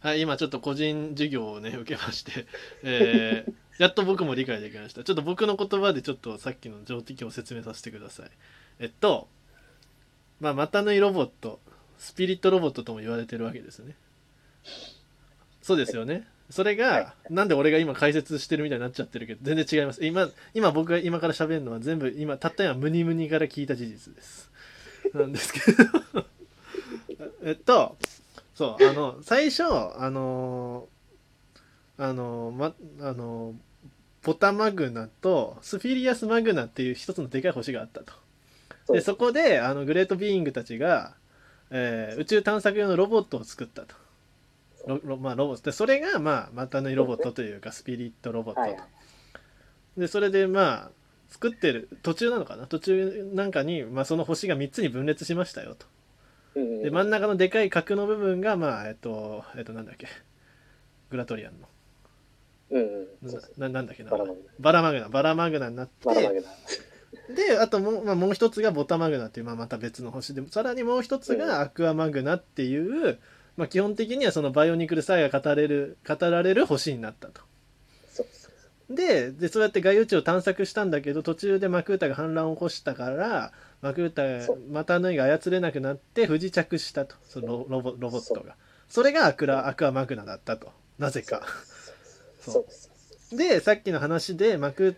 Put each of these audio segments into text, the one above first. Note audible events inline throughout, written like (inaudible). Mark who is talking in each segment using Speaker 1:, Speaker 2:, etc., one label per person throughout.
Speaker 1: はい、今ちょっと個人授業をね、 (laughs) 受けまして、えーやっと僕も理解できました。ちょっと僕の言葉でちょっとさっきの常識を説明させてください。えっと、まあ、股縫いロボット、スピリットロボットとも言われてるわけですね。そうですよね。それが、なんで俺が今解説してるみたいになっちゃってるけど、全然違います。今、今僕が今から喋るのは全部、今、たった今、ムニムニから聞いた事実です。なんですけど。 (laughs) えっと、そうあの最初あのーあのーまあのーポタマグナとスフィリアスマグナっていう一つのでかい星があったと。
Speaker 2: そう
Speaker 1: でそこであのグレートビーイングたちが、えー宇宙探索用のロボットを作ったと。ロロまあ、ロボットでそれが、まあ、股縫いロボットというかスピリットロボット
Speaker 2: はい
Speaker 1: と。でそれでまあ作ってる途中なのかな途中なんかに、まあ、その星が3つに分裂しましたよと。
Speaker 2: うん
Speaker 1: で真ん中のでかい角の部分がまあえっとえっとなんだっけグラトリアンの
Speaker 2: うんうんそうそう
Speaker 1: ななんだっけな
Speaker 2: バラマグ
Speaker 1: バラマグナバラマグナになっ
Speaker 2: ナバラマ
Speaker 1: て
Speaker 2: グナ
Speaker 1: であともう,、まあ、もう一つがボタマグナっていう、まあ、また別の星でさらにもう一つ
Speaker 2: うん
Speaker 1: がアクアマグナっていう、まあ、基本的にはそのバイオニクルサイが語れる語られる星になったと。
Speaker 2: そうそうそう
Speaker 1: ででそうやって外宇宙を探索したんだけど途中でマクータが反乱を起こしたからマクータ
Speaker 2: そう
Speaker 1: マタヌイが操れなくなって不時着したとそのロロボロボット
Speaker 2: そ
Speaker 1: がそれがアクラアクアマグナだったとなぜか
Speaker 2: そうそうそう
Speaker 1: でさっきの話でマクー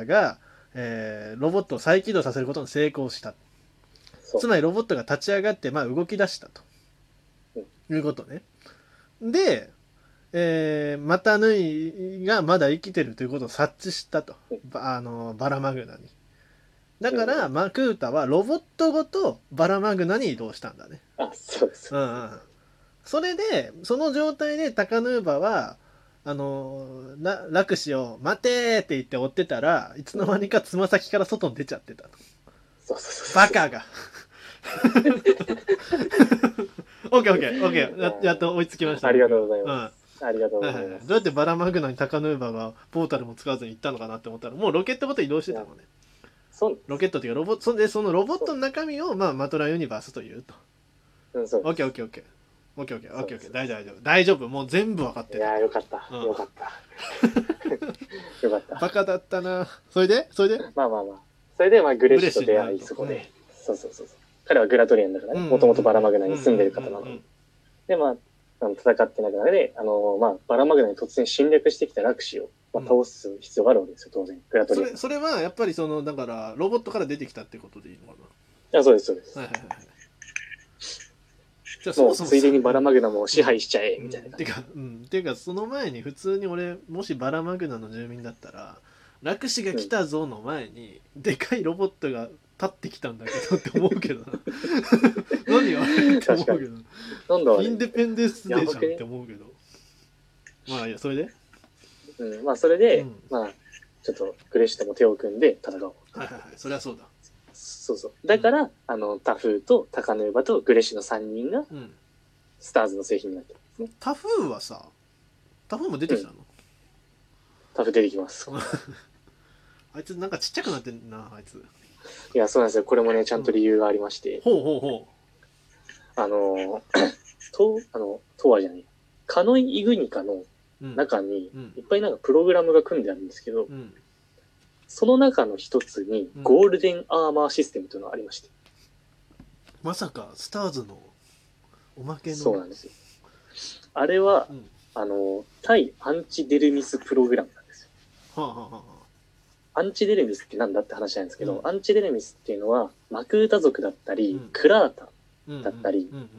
Speaker 1: タが、えーロボットを再起動させることに成功した
Speaker 2: そう
Speaker 1: つまりロボットが立ち上がって、まあ、動き出したと、いうことね。で、えー、マタヌイがまだ生きてるということを察知したと、
Speaker 2: うん
Speaker 1: ばあのバラマグナに。だから、マクータはロボットごとバラマグナに移動したんだね。
Speaker 2: あそうそう
Speaker 1: うんうん、それでその状態でタカヌーバはあのララクシを「待て!」って言って追ってたらいつの間にかつま先から外に出ちゃってた
Speaker 2: そうそうそう
Speaker 1: バカが。オッケーオッケーオッケーややっと追いつきました。
Speaker 2: ありがとうござい
Speaker 1: うん
Speaker 2: ますありがとうご
Speaker 1: はい
Speaker 2: ざ
Speaker 1: はいいは
Speaker 2: ま
Speaker 1: い
Speaker 2: す
Speaker 1: どうやってバラマグナにタカヌーバがポータルも使わずに行ったのかなって思ったらもうロケットごと移動してたのね
Speaker 2: そう
Speaker 1: ロケットっていうかロボそんでそのロボットの中身を、まあ、マトラユニバースというと
Speaker 2: うんそう
Speaker 1: オッケーオッケーオッケーオッケーオッケーオッケーオッケー大丈夫大丈夫大丈夫もう全部分かって
Speaker 2: い
Speaker 1: る
Speaker 2: やーよかった
Speaker 1: うん
Speaker 2: よかっ
Speaker 1: (laughs)
Speaker 2: たよかった
Speaker 1: バカだったなそれでそれで
Speaker 2: まあまあまあそれでまあグレッシュと出
Speaker 1: グレッシュにない
Speaker 2: 会
Speaker 1: る
Speaker 2: そこでそうそうそうそう彼はグラトリアンだからねもともとバラマグナに住んでる方なの
Speaker 1: うんうんうんうん
Speaker 2: ででまああの戦ってなくなで、あのまあ、バラマグナに突然侵略してきたラクシを、まあ、
Speaker 1: うん
Speaker 2: 倒す必要があるわけですよ、当然。グラト
Speaker 1: そ
Speaker 2: リアン
Speaker 1: れ。それはやっぱりそのだからロボットから出てきたってことでいいのかな
Speaker 2: あそうです、そうです。
Speaker 1: はいはいはいはい。じゃあそ
Speaker 2: も
Speaker 1: も
Speaker 2: う
Speaker 1: そも
Speaker 2: ついでにバラマグナも支配しちゃえ、みたいな
Speaker 1: うんてか、うん、てかその前に普通に俺もしバラマグナの住民だったら「ラクシが来たぞ」の前に、でかいロボットが立ってきたんだけどって思うけど (laughs) な何よって思うけど
Speaker 2: なんだあ
Speaker 1: イ
Speaker 2: れ
Speaker 1: ンディペンデンスデーじゃんって思うけどまあいいやそれで
Speaker 2: うん、まあ、それで、
Speaker 1: うん
Speaker 2: まあ、ちょっとグレッシュとも手を組んで戦おう。
Speaker 1: はいはいはいそれはそうだ
Speaker 2: そうそう。だから、あの、タフーとタカヌーバとグレッシュの3人が
Speaker 1: うん
Speaker 2: スターズの製品になってるんですね。
Speaker 1: タフーはさタフーも出てきたの、
Speaker 2: タフ出てきます。
Speaker 1: あいつなんかちっちゃくなってんなあいつ
Speaker 2: いや、そうなんですよ。これもね、ちゃんと理由がありまして、
Speaker 1: ほうほうほ
Speaker 2: あの、 (clears throat) と、あの、とはじゃねえ。カノイ・イグニカの
Speaker 1: う、うん、
Speaker 2: 中に
Speaker 1: うん
Speaker 2: いっぱいなんかプログラムが組んであるんですけど、
Speaker 1: うん
Speaker 2: その中の一つに
Speaker 1: うん
Speaker 2: ゴールデンアーマーシステムというのがありまして、
Speaker 1: まさかスターズのおまけの
Speaker 2: そうなんですよ。あれは
Speaker 1: う、ん
Speaker 2: あの、対アンチデルミスプログラムなんですよ。
Speaker 1: はあはあはあは
Speaker 2: アンチデルミスってなんだって話なんですけど、
Speaker 1: うん
Speaker 2: アンチデルミスっていうのはマクータ族だったり、
Speaker 1: うん
Speaker 2: クラータ、
Speaker 1: あうん
Speaker 2: だったり
Speaker 1: うんうん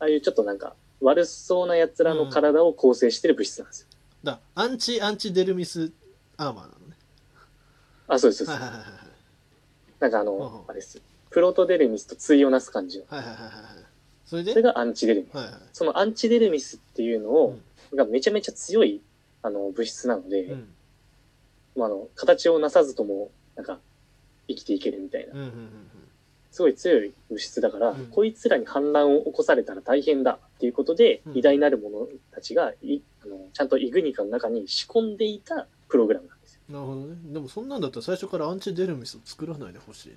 Speaker 2: ああいうちょっとなんか悪そうな奴らの体を構成してる物質なんですよ。
Speaker 1: だアンチアンチデルミスアーマーなのね
Speaker 2: あ、そうです、そう
Speaker 1: はい
Speaker 2: です。
Speaker 1: はいはい
Speaker 2: なんかあの、
Speaker 1: うんうん
Speaker 2: あれですよ。プロトデルミスと対をなす感じの。
Speaker 1: はいはいはいはいはいそれで
Speaker 2: それがアンチデルミス。
Speaker 1: はいはい
Speaker 2: そのアンチデルミスっていうのを、がめちゃめちゃ強いあの物質なので、
Speaker 1: うん
Speaker 2: まあ、あの形をなさずともなんか生きていけるみたいな
Speaker 1: うんうんうん
Speaker 2: すごい強い物質だから、
Speaker 1: うん
Speaker 2: こいつらに反乱を起こされたら大変だっていうことで、
Speaker 1: うん
Speaker 2: 偉大なる者たちがいあのちゃんとイグニカの中に仕込んでいたプログラムなんですよ。
Speaker 1: うんなるほどねでもそんなんだったら最初からアンチデルミスを作らないでほしいね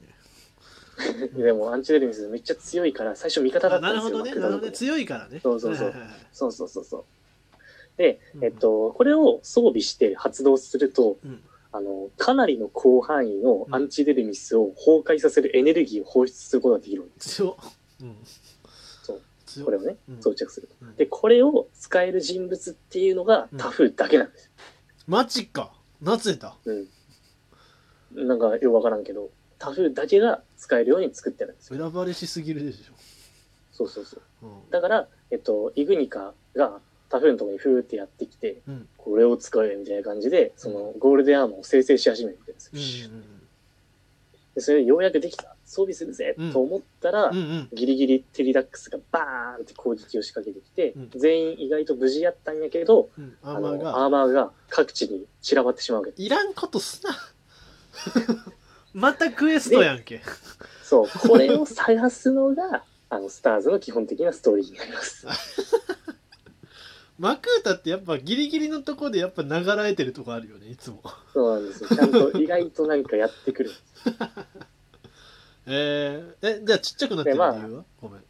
Speaker 2: でもアンチデルミスめっちゃ強いから最初味方だ
Speaker 1: あ
Speaker 2: っ
Speaker 1: な
Speaker 2: た
Speaker 1: ん
Speaker 2: で
Speaker 1: る
Speaker 2: す
Speaker 1: ほ
Speaker 2: よ。
Speaker 1: どねなるほどね強いからね
Speaker 2: そうそうそう
Speaker 1: はいはいはい
Speaker 2: そうそうそうそう。で、えっと、これを装備して発動すると、
Speaker 1: うん
Speaker 2: あの、かなりの広範囲のアンチデルミスを崩壊させるエネルギーを放出することができるんで
Speaker 1: 強っ、うん、
Speaker 2: そう
Speaker 1: 強
Speaker 2: す。
Speaker 1: っ
Speaker 2: これをね
Speaker 1: うん、
Speaker 2: 装着すると
Speaker 1: うん。
Speaker 2: で、これを使える人物っていうのが
Speaker 1: うん
Speaker 2: タフだけなんです。
Speaker 1: マジかなぜだ
Speaker 2: うん。なんかよくわからんけど、タフだけが使えるように作ってるんですよ。
Speaker 1: 選ばれしすぎるでし
Speaker 2: そうそうそう。
Speaker 1: ょ、
Speaker 2: だから、えっと、イグニカがタフのところにふーってやってきて、
Speaker 1: うんうん
Speaker 2: これを使えみたいな感じで、そのゴールデンアーマーを生成し始めるんですよ
Speaker 1: うん
Speaker 2: でそれでようやくできた装備するぜ、
Speaker 1: うん
Speaker 2: と思ったら、
Speaker 1: うんうんうん
Speaker 2: ギリギリテリダックスがバーンって攻撃を仕掛けてきて、
Speaker 1: うん
Speaker 2: 全員意外と無事やったんやけど、
Speaker 1: うん
Speaker 2: あ
Speaker 1: ア
Speaker 2: の
Speaker 1: ーマー
Speaker 2: ア
Speaker 1: が
Speaker 2: ーマーが各地に散らばってしまうわけです。
Speaker 1: いらんことす
Speaker 2: (laughs)
Speaker 1: なまたクエストやんけ
Speaker 2: そう、
Speaker 1: (laughs)
Speaker 2: これを探すのが、あの、スターズの基本的なストーリーになります。
Speaker 1: マクータってやっぱギリギリのとこでやっぱ流らえてるとこあるよねいつも
Speaker 2: そうなんですよ。ちゃんと意外となんかやってくる。
Speaker 1: えー、えじゃあちっちゃくなってる理由
Speaker 2: でまあ
Speaker 1: は、ごめん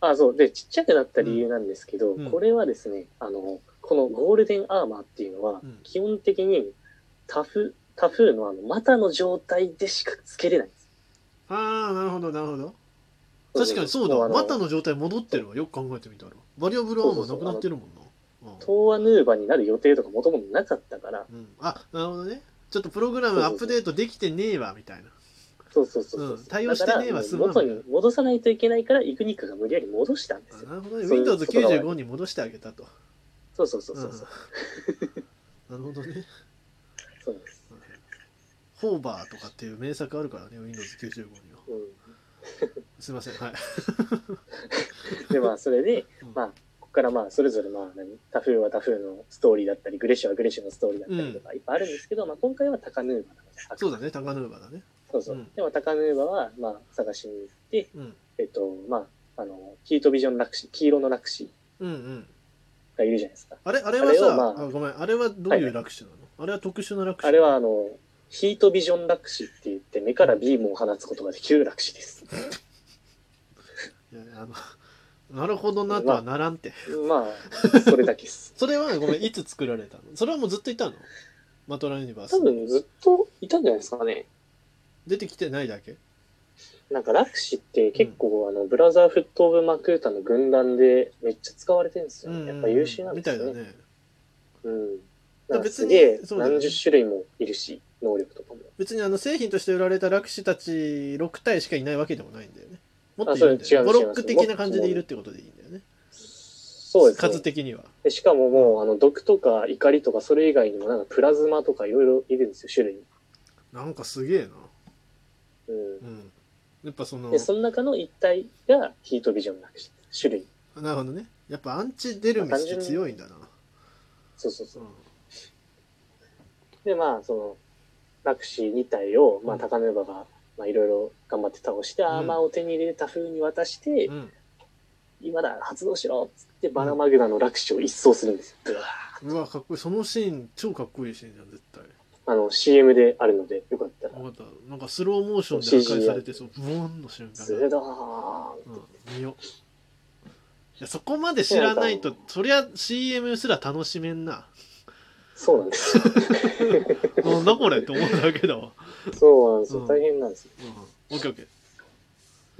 Speaker 2: あ、そう。で、ちっちゃくなった理由なんですけど、
Speaker 1: うんうん
Speaker 2: これはですね、あの、このゴールデンアーマーっていうのは
Speaker 1: うん、
Speaker 2: 基本的にタフ、タフのあの、股の状態でしかつけれないんです。
Speaker 1: ああなるほどなるほど確かにそうだ
Speaker 2: も
Speaker 1: わ
Speaker 2: あの
Speaker 1: 股の状態戻ってるわよく考えてみたらバリアブルアーマーなくなってるもんなうん
Speaker 2: 東亜ヌーバになる予定とかもともとなかったから、
Speaker 1: うん、あなるほどねちょっとプログラムアップデートできてねえわみたいな
Speaker 2: そうそうそうそう、
Speaker 1: うん対応してねえわすまん
Speaker 2: だから元に戻さないといけないから、イグニックが無理やり戻したんで
Speaker 1: あ
Speaker 2: すよ。
Speaker 1: なるほどね
Speaker 2: そう
Speaker 1: Windows95 に戻してあげたと
Speaker 2: そうそうそうそう。う
Speaker 1: うん、 (laughs) なるほどね
Speaker 2: そうなんです。
Speaker 1: ホーバーとかっていう名作あるからね Windows95 には
Speaker 2: う
Speaker 1: すいませんはい、
Speaker 2: ん、で、まあ、それで、
Speaker 1: うん
Speaker 2: まあ、ここからまあ、それぞれまあ何、タフーはタフーのストーリーだったり、グレッシュはグレッシュのストーリーだったりとか、いっぱいあるんですけど、まあ、今回はタカヌーバなので、
Speaker 1: そうだね高ヌーバーだね
Speaker 2: そうそう。
Speaker 1: うん
Speaker 2: でも、タカヌーバは、まあ、探しに行って、
Speaker 1: うん
Speaker 2: えっと、まあ、あの、ヒートビジョンラクシー、黄色のラクシ
Speaker 1: うんうん
Speaker 2: ーがいるじゃないですか。
Speaker 1: あれあれはさ
Speaker 2: あれをまあ
Speaker 1: あごめんあれはどういう楽種なの、あれは特殊な楽種
Speaker 2: あれは、あの、ヒートビジョンラクシーって言って、目からビームを放つことができるラクシー
Speaker 1: (laughs)
Speaker 2: です。
Speaker 1: いやあのな (laughs) るほどなとはならんて
Speaker 2: まあ、それだ
Speaker 1: (laughs)
Speaker 2: けです。
Speaker 1: それはごめ
Speaker 2: (laughs)
Speaker 1: んいつ作られたのそれはもうずっといたのマトラユニバース
Speaker 2: 多分、ずっといたんじゃないですかね。
Speaker 1: 出てきてないだけ
Speaker 2: なんか、ラクシーって結構、あの、ブラザーフット・オブ・マクータの軍団でめっちゃ使われてるんですよ、ね。やっぱ優秀なんですよね。
Speaker 1: みたいだね
Speaker 2: うん。なんか
Speaker 1: 別
Speaker 2: す
Speaker 1: に
Speaker 2: げえ、
Speaker 1: そうだよね
Speaker 2: 何十種類もいるし、能力とかも。
Speaker 1: 別にあの製品として売られた楽師たち6体しかいないわけでもないんだよねもっと
Speaker 2: あ
Speaker 1: いるんだ
Speaker 2: それ
Speaker 1: よね
Speaker 2: 違う
Speaker 1: ブロ
Speaker 2: 違い
Speaker 1: ッ
Speaker 2: ます
Speaker 1: ク的な感じでいるってことでいいんだよね
Speaker 2: そうですね。
Speaker 1: 数的には
Speaker 2: でしかももう、あの、毒とか怒りとか、それ以外にも、なんかプラズマとかいろいろいるんですよ、種類。
Speaker 1: なんかすげえな
Speaker 2: う
Speaker 1: うんやっぱその
Speaker 2: ん。で、その中の一体がヒートビジョンなくし、種類。
Speaker 1: なるほどねやっぱアンチデルミスって強いんだな、
Speaker 2: そうそう
Speaker 1: う
Speaker 2: そう。
Speaker 1: ん
Speaker 2: で、まあ、その、ラクシー2体を、ま
Speaker 1: う
Speaker 2: あ、
Speaker 1: ん
Speaker 2: 高根馬が、まあ、いろいろ頑張って倒して、アーマーを手に入れた風に渡して、
Speaker 1: うん
Speaker 2: 今だ、発動しろっつって、バラマグナのラクシーを一掃するんですよ。ブワー
Speaker 1: うわかっこいいそのシーン超かっこいいシーンじゃん絶対
Speaker 2: あの、CM であるので、よかったら。
Speaker 1: 分かったなんかスローモーションで破壊されてそうブーンの瞬間
Speaker 2: すごいなあ
Speaker 1: うん見よういやそこまで知らないとそりゃ CM すら楽しめんな
Speaker 2: そうなんですよ。
Speaker 1: なんだこれって思うだけだわ
Speaker 2: そうなんです
Speaker 1: うん
Speaker 2: よ。大変なんですよ。
Speaker 1: オッケーオッケ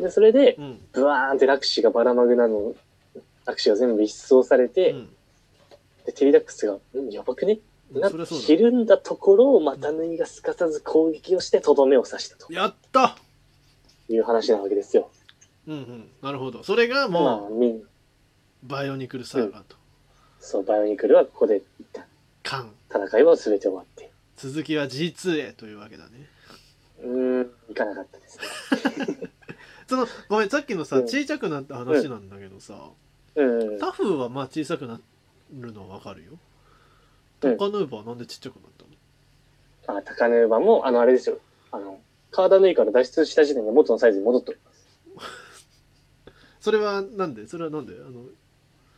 Speaker 2: で、それで
Speaker 1: ー、うん
Speaker 2: ブワーンってラクシーがバラマグナの、ラクシーが全部一掃されて、
Speaker 1: うん
Speaker 2: で、テリダックスが、うん、やばくねってなっ
Speaker 1: そりゃそうだ
Speaker 2: ひるんだところを、また縫いがすかさず攻撃をして、とどめを刺したと
Speaker 1: やった
Speaker 2: いう話なわけですよ。
Speaker 1: うんうんなるほどそれが
Speaker 2: まあ、
Speaker 1: も
Speaker 2: みん、
Speaker 1: うバイオニクルサーガーと
Speaker 2: そう、バイオニクルはここで一旦
Speaker 1: 缶
Speaker 2: 戦いは全て終わって、
Speaker 1: 続きは G2 へというわけだね
Speaker 2: うーん、いかなかったですね。
Speaker 1: そのごめんさっきのさ
Speaker 2: うん
Speaker 1: 小さくなった話なんだけどさ、
Speaker 2: うん。
Speaker 1: タフはまあ小さくなるのはわかるよ
Speaker 2: うん
Speaker 1: 他のウーバーはなんでちっちゃくなったの
Speaker 2: あ、高根馬も、あの、あれですよ。あの、カーダヌイから脱出した時点で元のサイズに戻っております。
Speaker 1: それはなんでそれはなんであの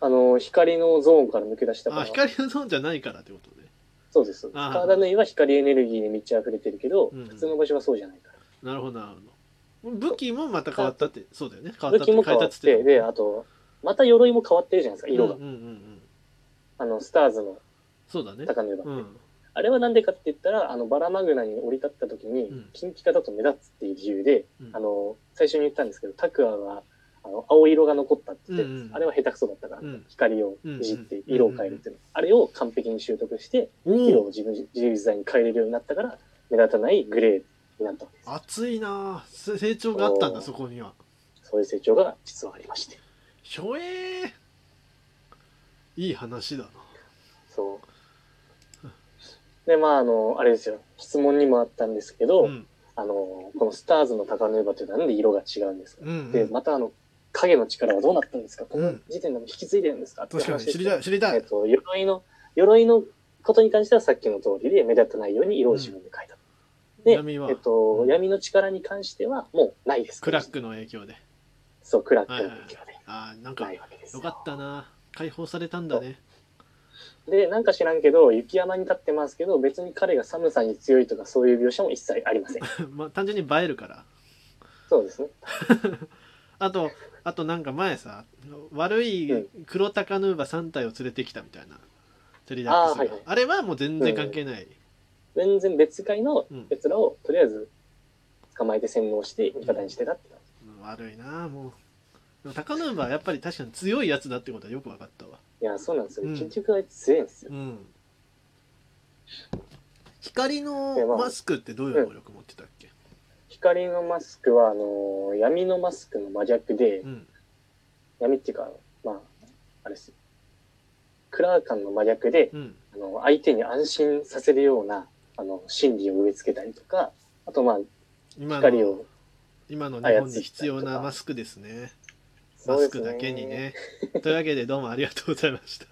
Speaker 2: あの、光のゾーンから抜け出したから。
Speaker 1: あ光のゾーンじゃないからってことね
Speaker 2: そうです。
Speaker 1: あー
Speaker 2: カーダヌイは光エネルギーに満ち溢れてるけど、
Speaker 1: うんうん
Speaker 2: 普通の場所はそうじゃないから。
Speaker 1: なるほどなるほど武器もまた変わったってそうだよね変わ
Speaker 2: 武
Speaker 1: ったっ
Speaker 2: 器
Speaker 1: て
Speaker 2: も
Speaker 1: 変
Speaker 2: 変
Speaker 1: え
Speaker 2: わ
Speaker 1: たっ
Speaker 2: っ
Speaker 1: つって
Speaker 2: て、
Speaker 1: た
Speaker 2: で、あと、また鎧も変わってるじゃないですか、色が。
Speaker 1: うんうんうんうん
Speaker 2: あの、の、スターズの
Speaker 1: そうだね。
Speaker 2: 高値だ。
Speaker 1: うん。
Speaker 2: あれはなんでかって言ったら、あの、バラマグナに降り立った時
Speaker 1: う
Speaker 2: に
Speaker 1: ん、
Speaker 2: 金ピカだと目立つっていう理由で、
Speaker 1: うん
Speaker 2: あの、最初に言ったんですけど、タクアは、あの、青色が残ったって言って、
Speaker 1: うんうん
Speaker 2: あれは下手くそだったから、
Speaker 1: うん
Speaker 2: 光をいじって色を変えるっていうの、あれを完璧に習得して、色
Speaker 1: お
Speaker 2: を
Speaker 1: お
Speaker 2: 自分自由自在に変えれるようになったから、目立たないグレーになったわけです。
Speaker 1: 熱いなあせ成長があったんだ、
Speaker 2: おー
Speaker 1: そこには。
Speaker 2: そういう成長が実はありまして。
Speaker 1: ひょえーいい話だな。
Speaker 2: そう。で、まあ、あの、あれですよ。質問にもあったんですけど、
Speaker 1: ん。
Speaker 2: あの、このスターズの高ヌーバってなんで色が違うんですか、
Speaker 1: うんうん
Speaker 2: で、またあの、影の力はどうなったんですかこ
Speaker 1: う
Speaker 2: の
Speaker 1: ん
Speaker 2: 時点でも引き継いでるんですかって
Speaker 1: 確かに
Speaker 2: 話で
Speaker 1: 知りたい知りた
Speaker 2: えっ
Speaker 1: い。
Speaker 2: と、鎧の、鎧のことに関してはさっきの通りで目立たないように色を自分で描いた。で、
Speaker 1: 闇は
Speaker 2: えっと
Speaker 1: う、ん
Speaker 2: 闇の力に関してはもうないです。
Speaker 1: クラックの影響で。
Speaker 2: そう、クラックの影響で。
Speaker 1: ああなんか
Speaker 2: ないわけです
Speaker 1: よ
Speaker 2: よ
Speaker 1: かったな解放されたんだね。
Speaker 2: で、なんか知らんけど、雪山に立ってますけど、別に彼が寒さに強いとかそういう描写も一切ありま
Speaker 1: (laughs)
Speaker 2: せん。
Speaker 1: まあ単純に映えるから。
Speaker 2: そうですね。
Speaker 1: あとあとなんか前さ悪い黒タカヌーバ3体を連れてきたみたいな。テリダックスが
Speaker 2: あーはいはい
Speaker 1: あれはもう全然関係ない。
Speaker 2: 全然別会の
Speaker 1: うん
Speaker 2: 奴らをとりあえず捕まえて洗脳して味方にしてたって感じ
Speaker 1: うん悪いなもう。でもタカヌーバはやっぱり確かに強いやつだってことはよく分かったわ。
Speaker 2: いやそうなんですよ、
Speaker 1: うん
Speaker 2: 結局あいつ強いんですよ
Speaker 1: うん。光
Speaker 2: でま
Speaker 1: の
Speaker 2: あ
Speaker 1: マスクってどういう能力持ってたっけ、
Speaker 2: 光のマスクはあのー闇のマスクの真逆で、
Speaker 1: うん、
Speaker 2: 闇っていうかまああれですよクラーカンの真逆で、
Speaker 1: うん。
Speaker 2: あの相手に安心させるようなあの心理を植え付けたりとかあとまあ
Speaker 1: 今
Speaker 2: 光
Speaker 1: の
Speaker 2: を
Speaker 1: 今の日本に必要なマスクですね。マスクだけにね。というわけでどうもありがとうございました。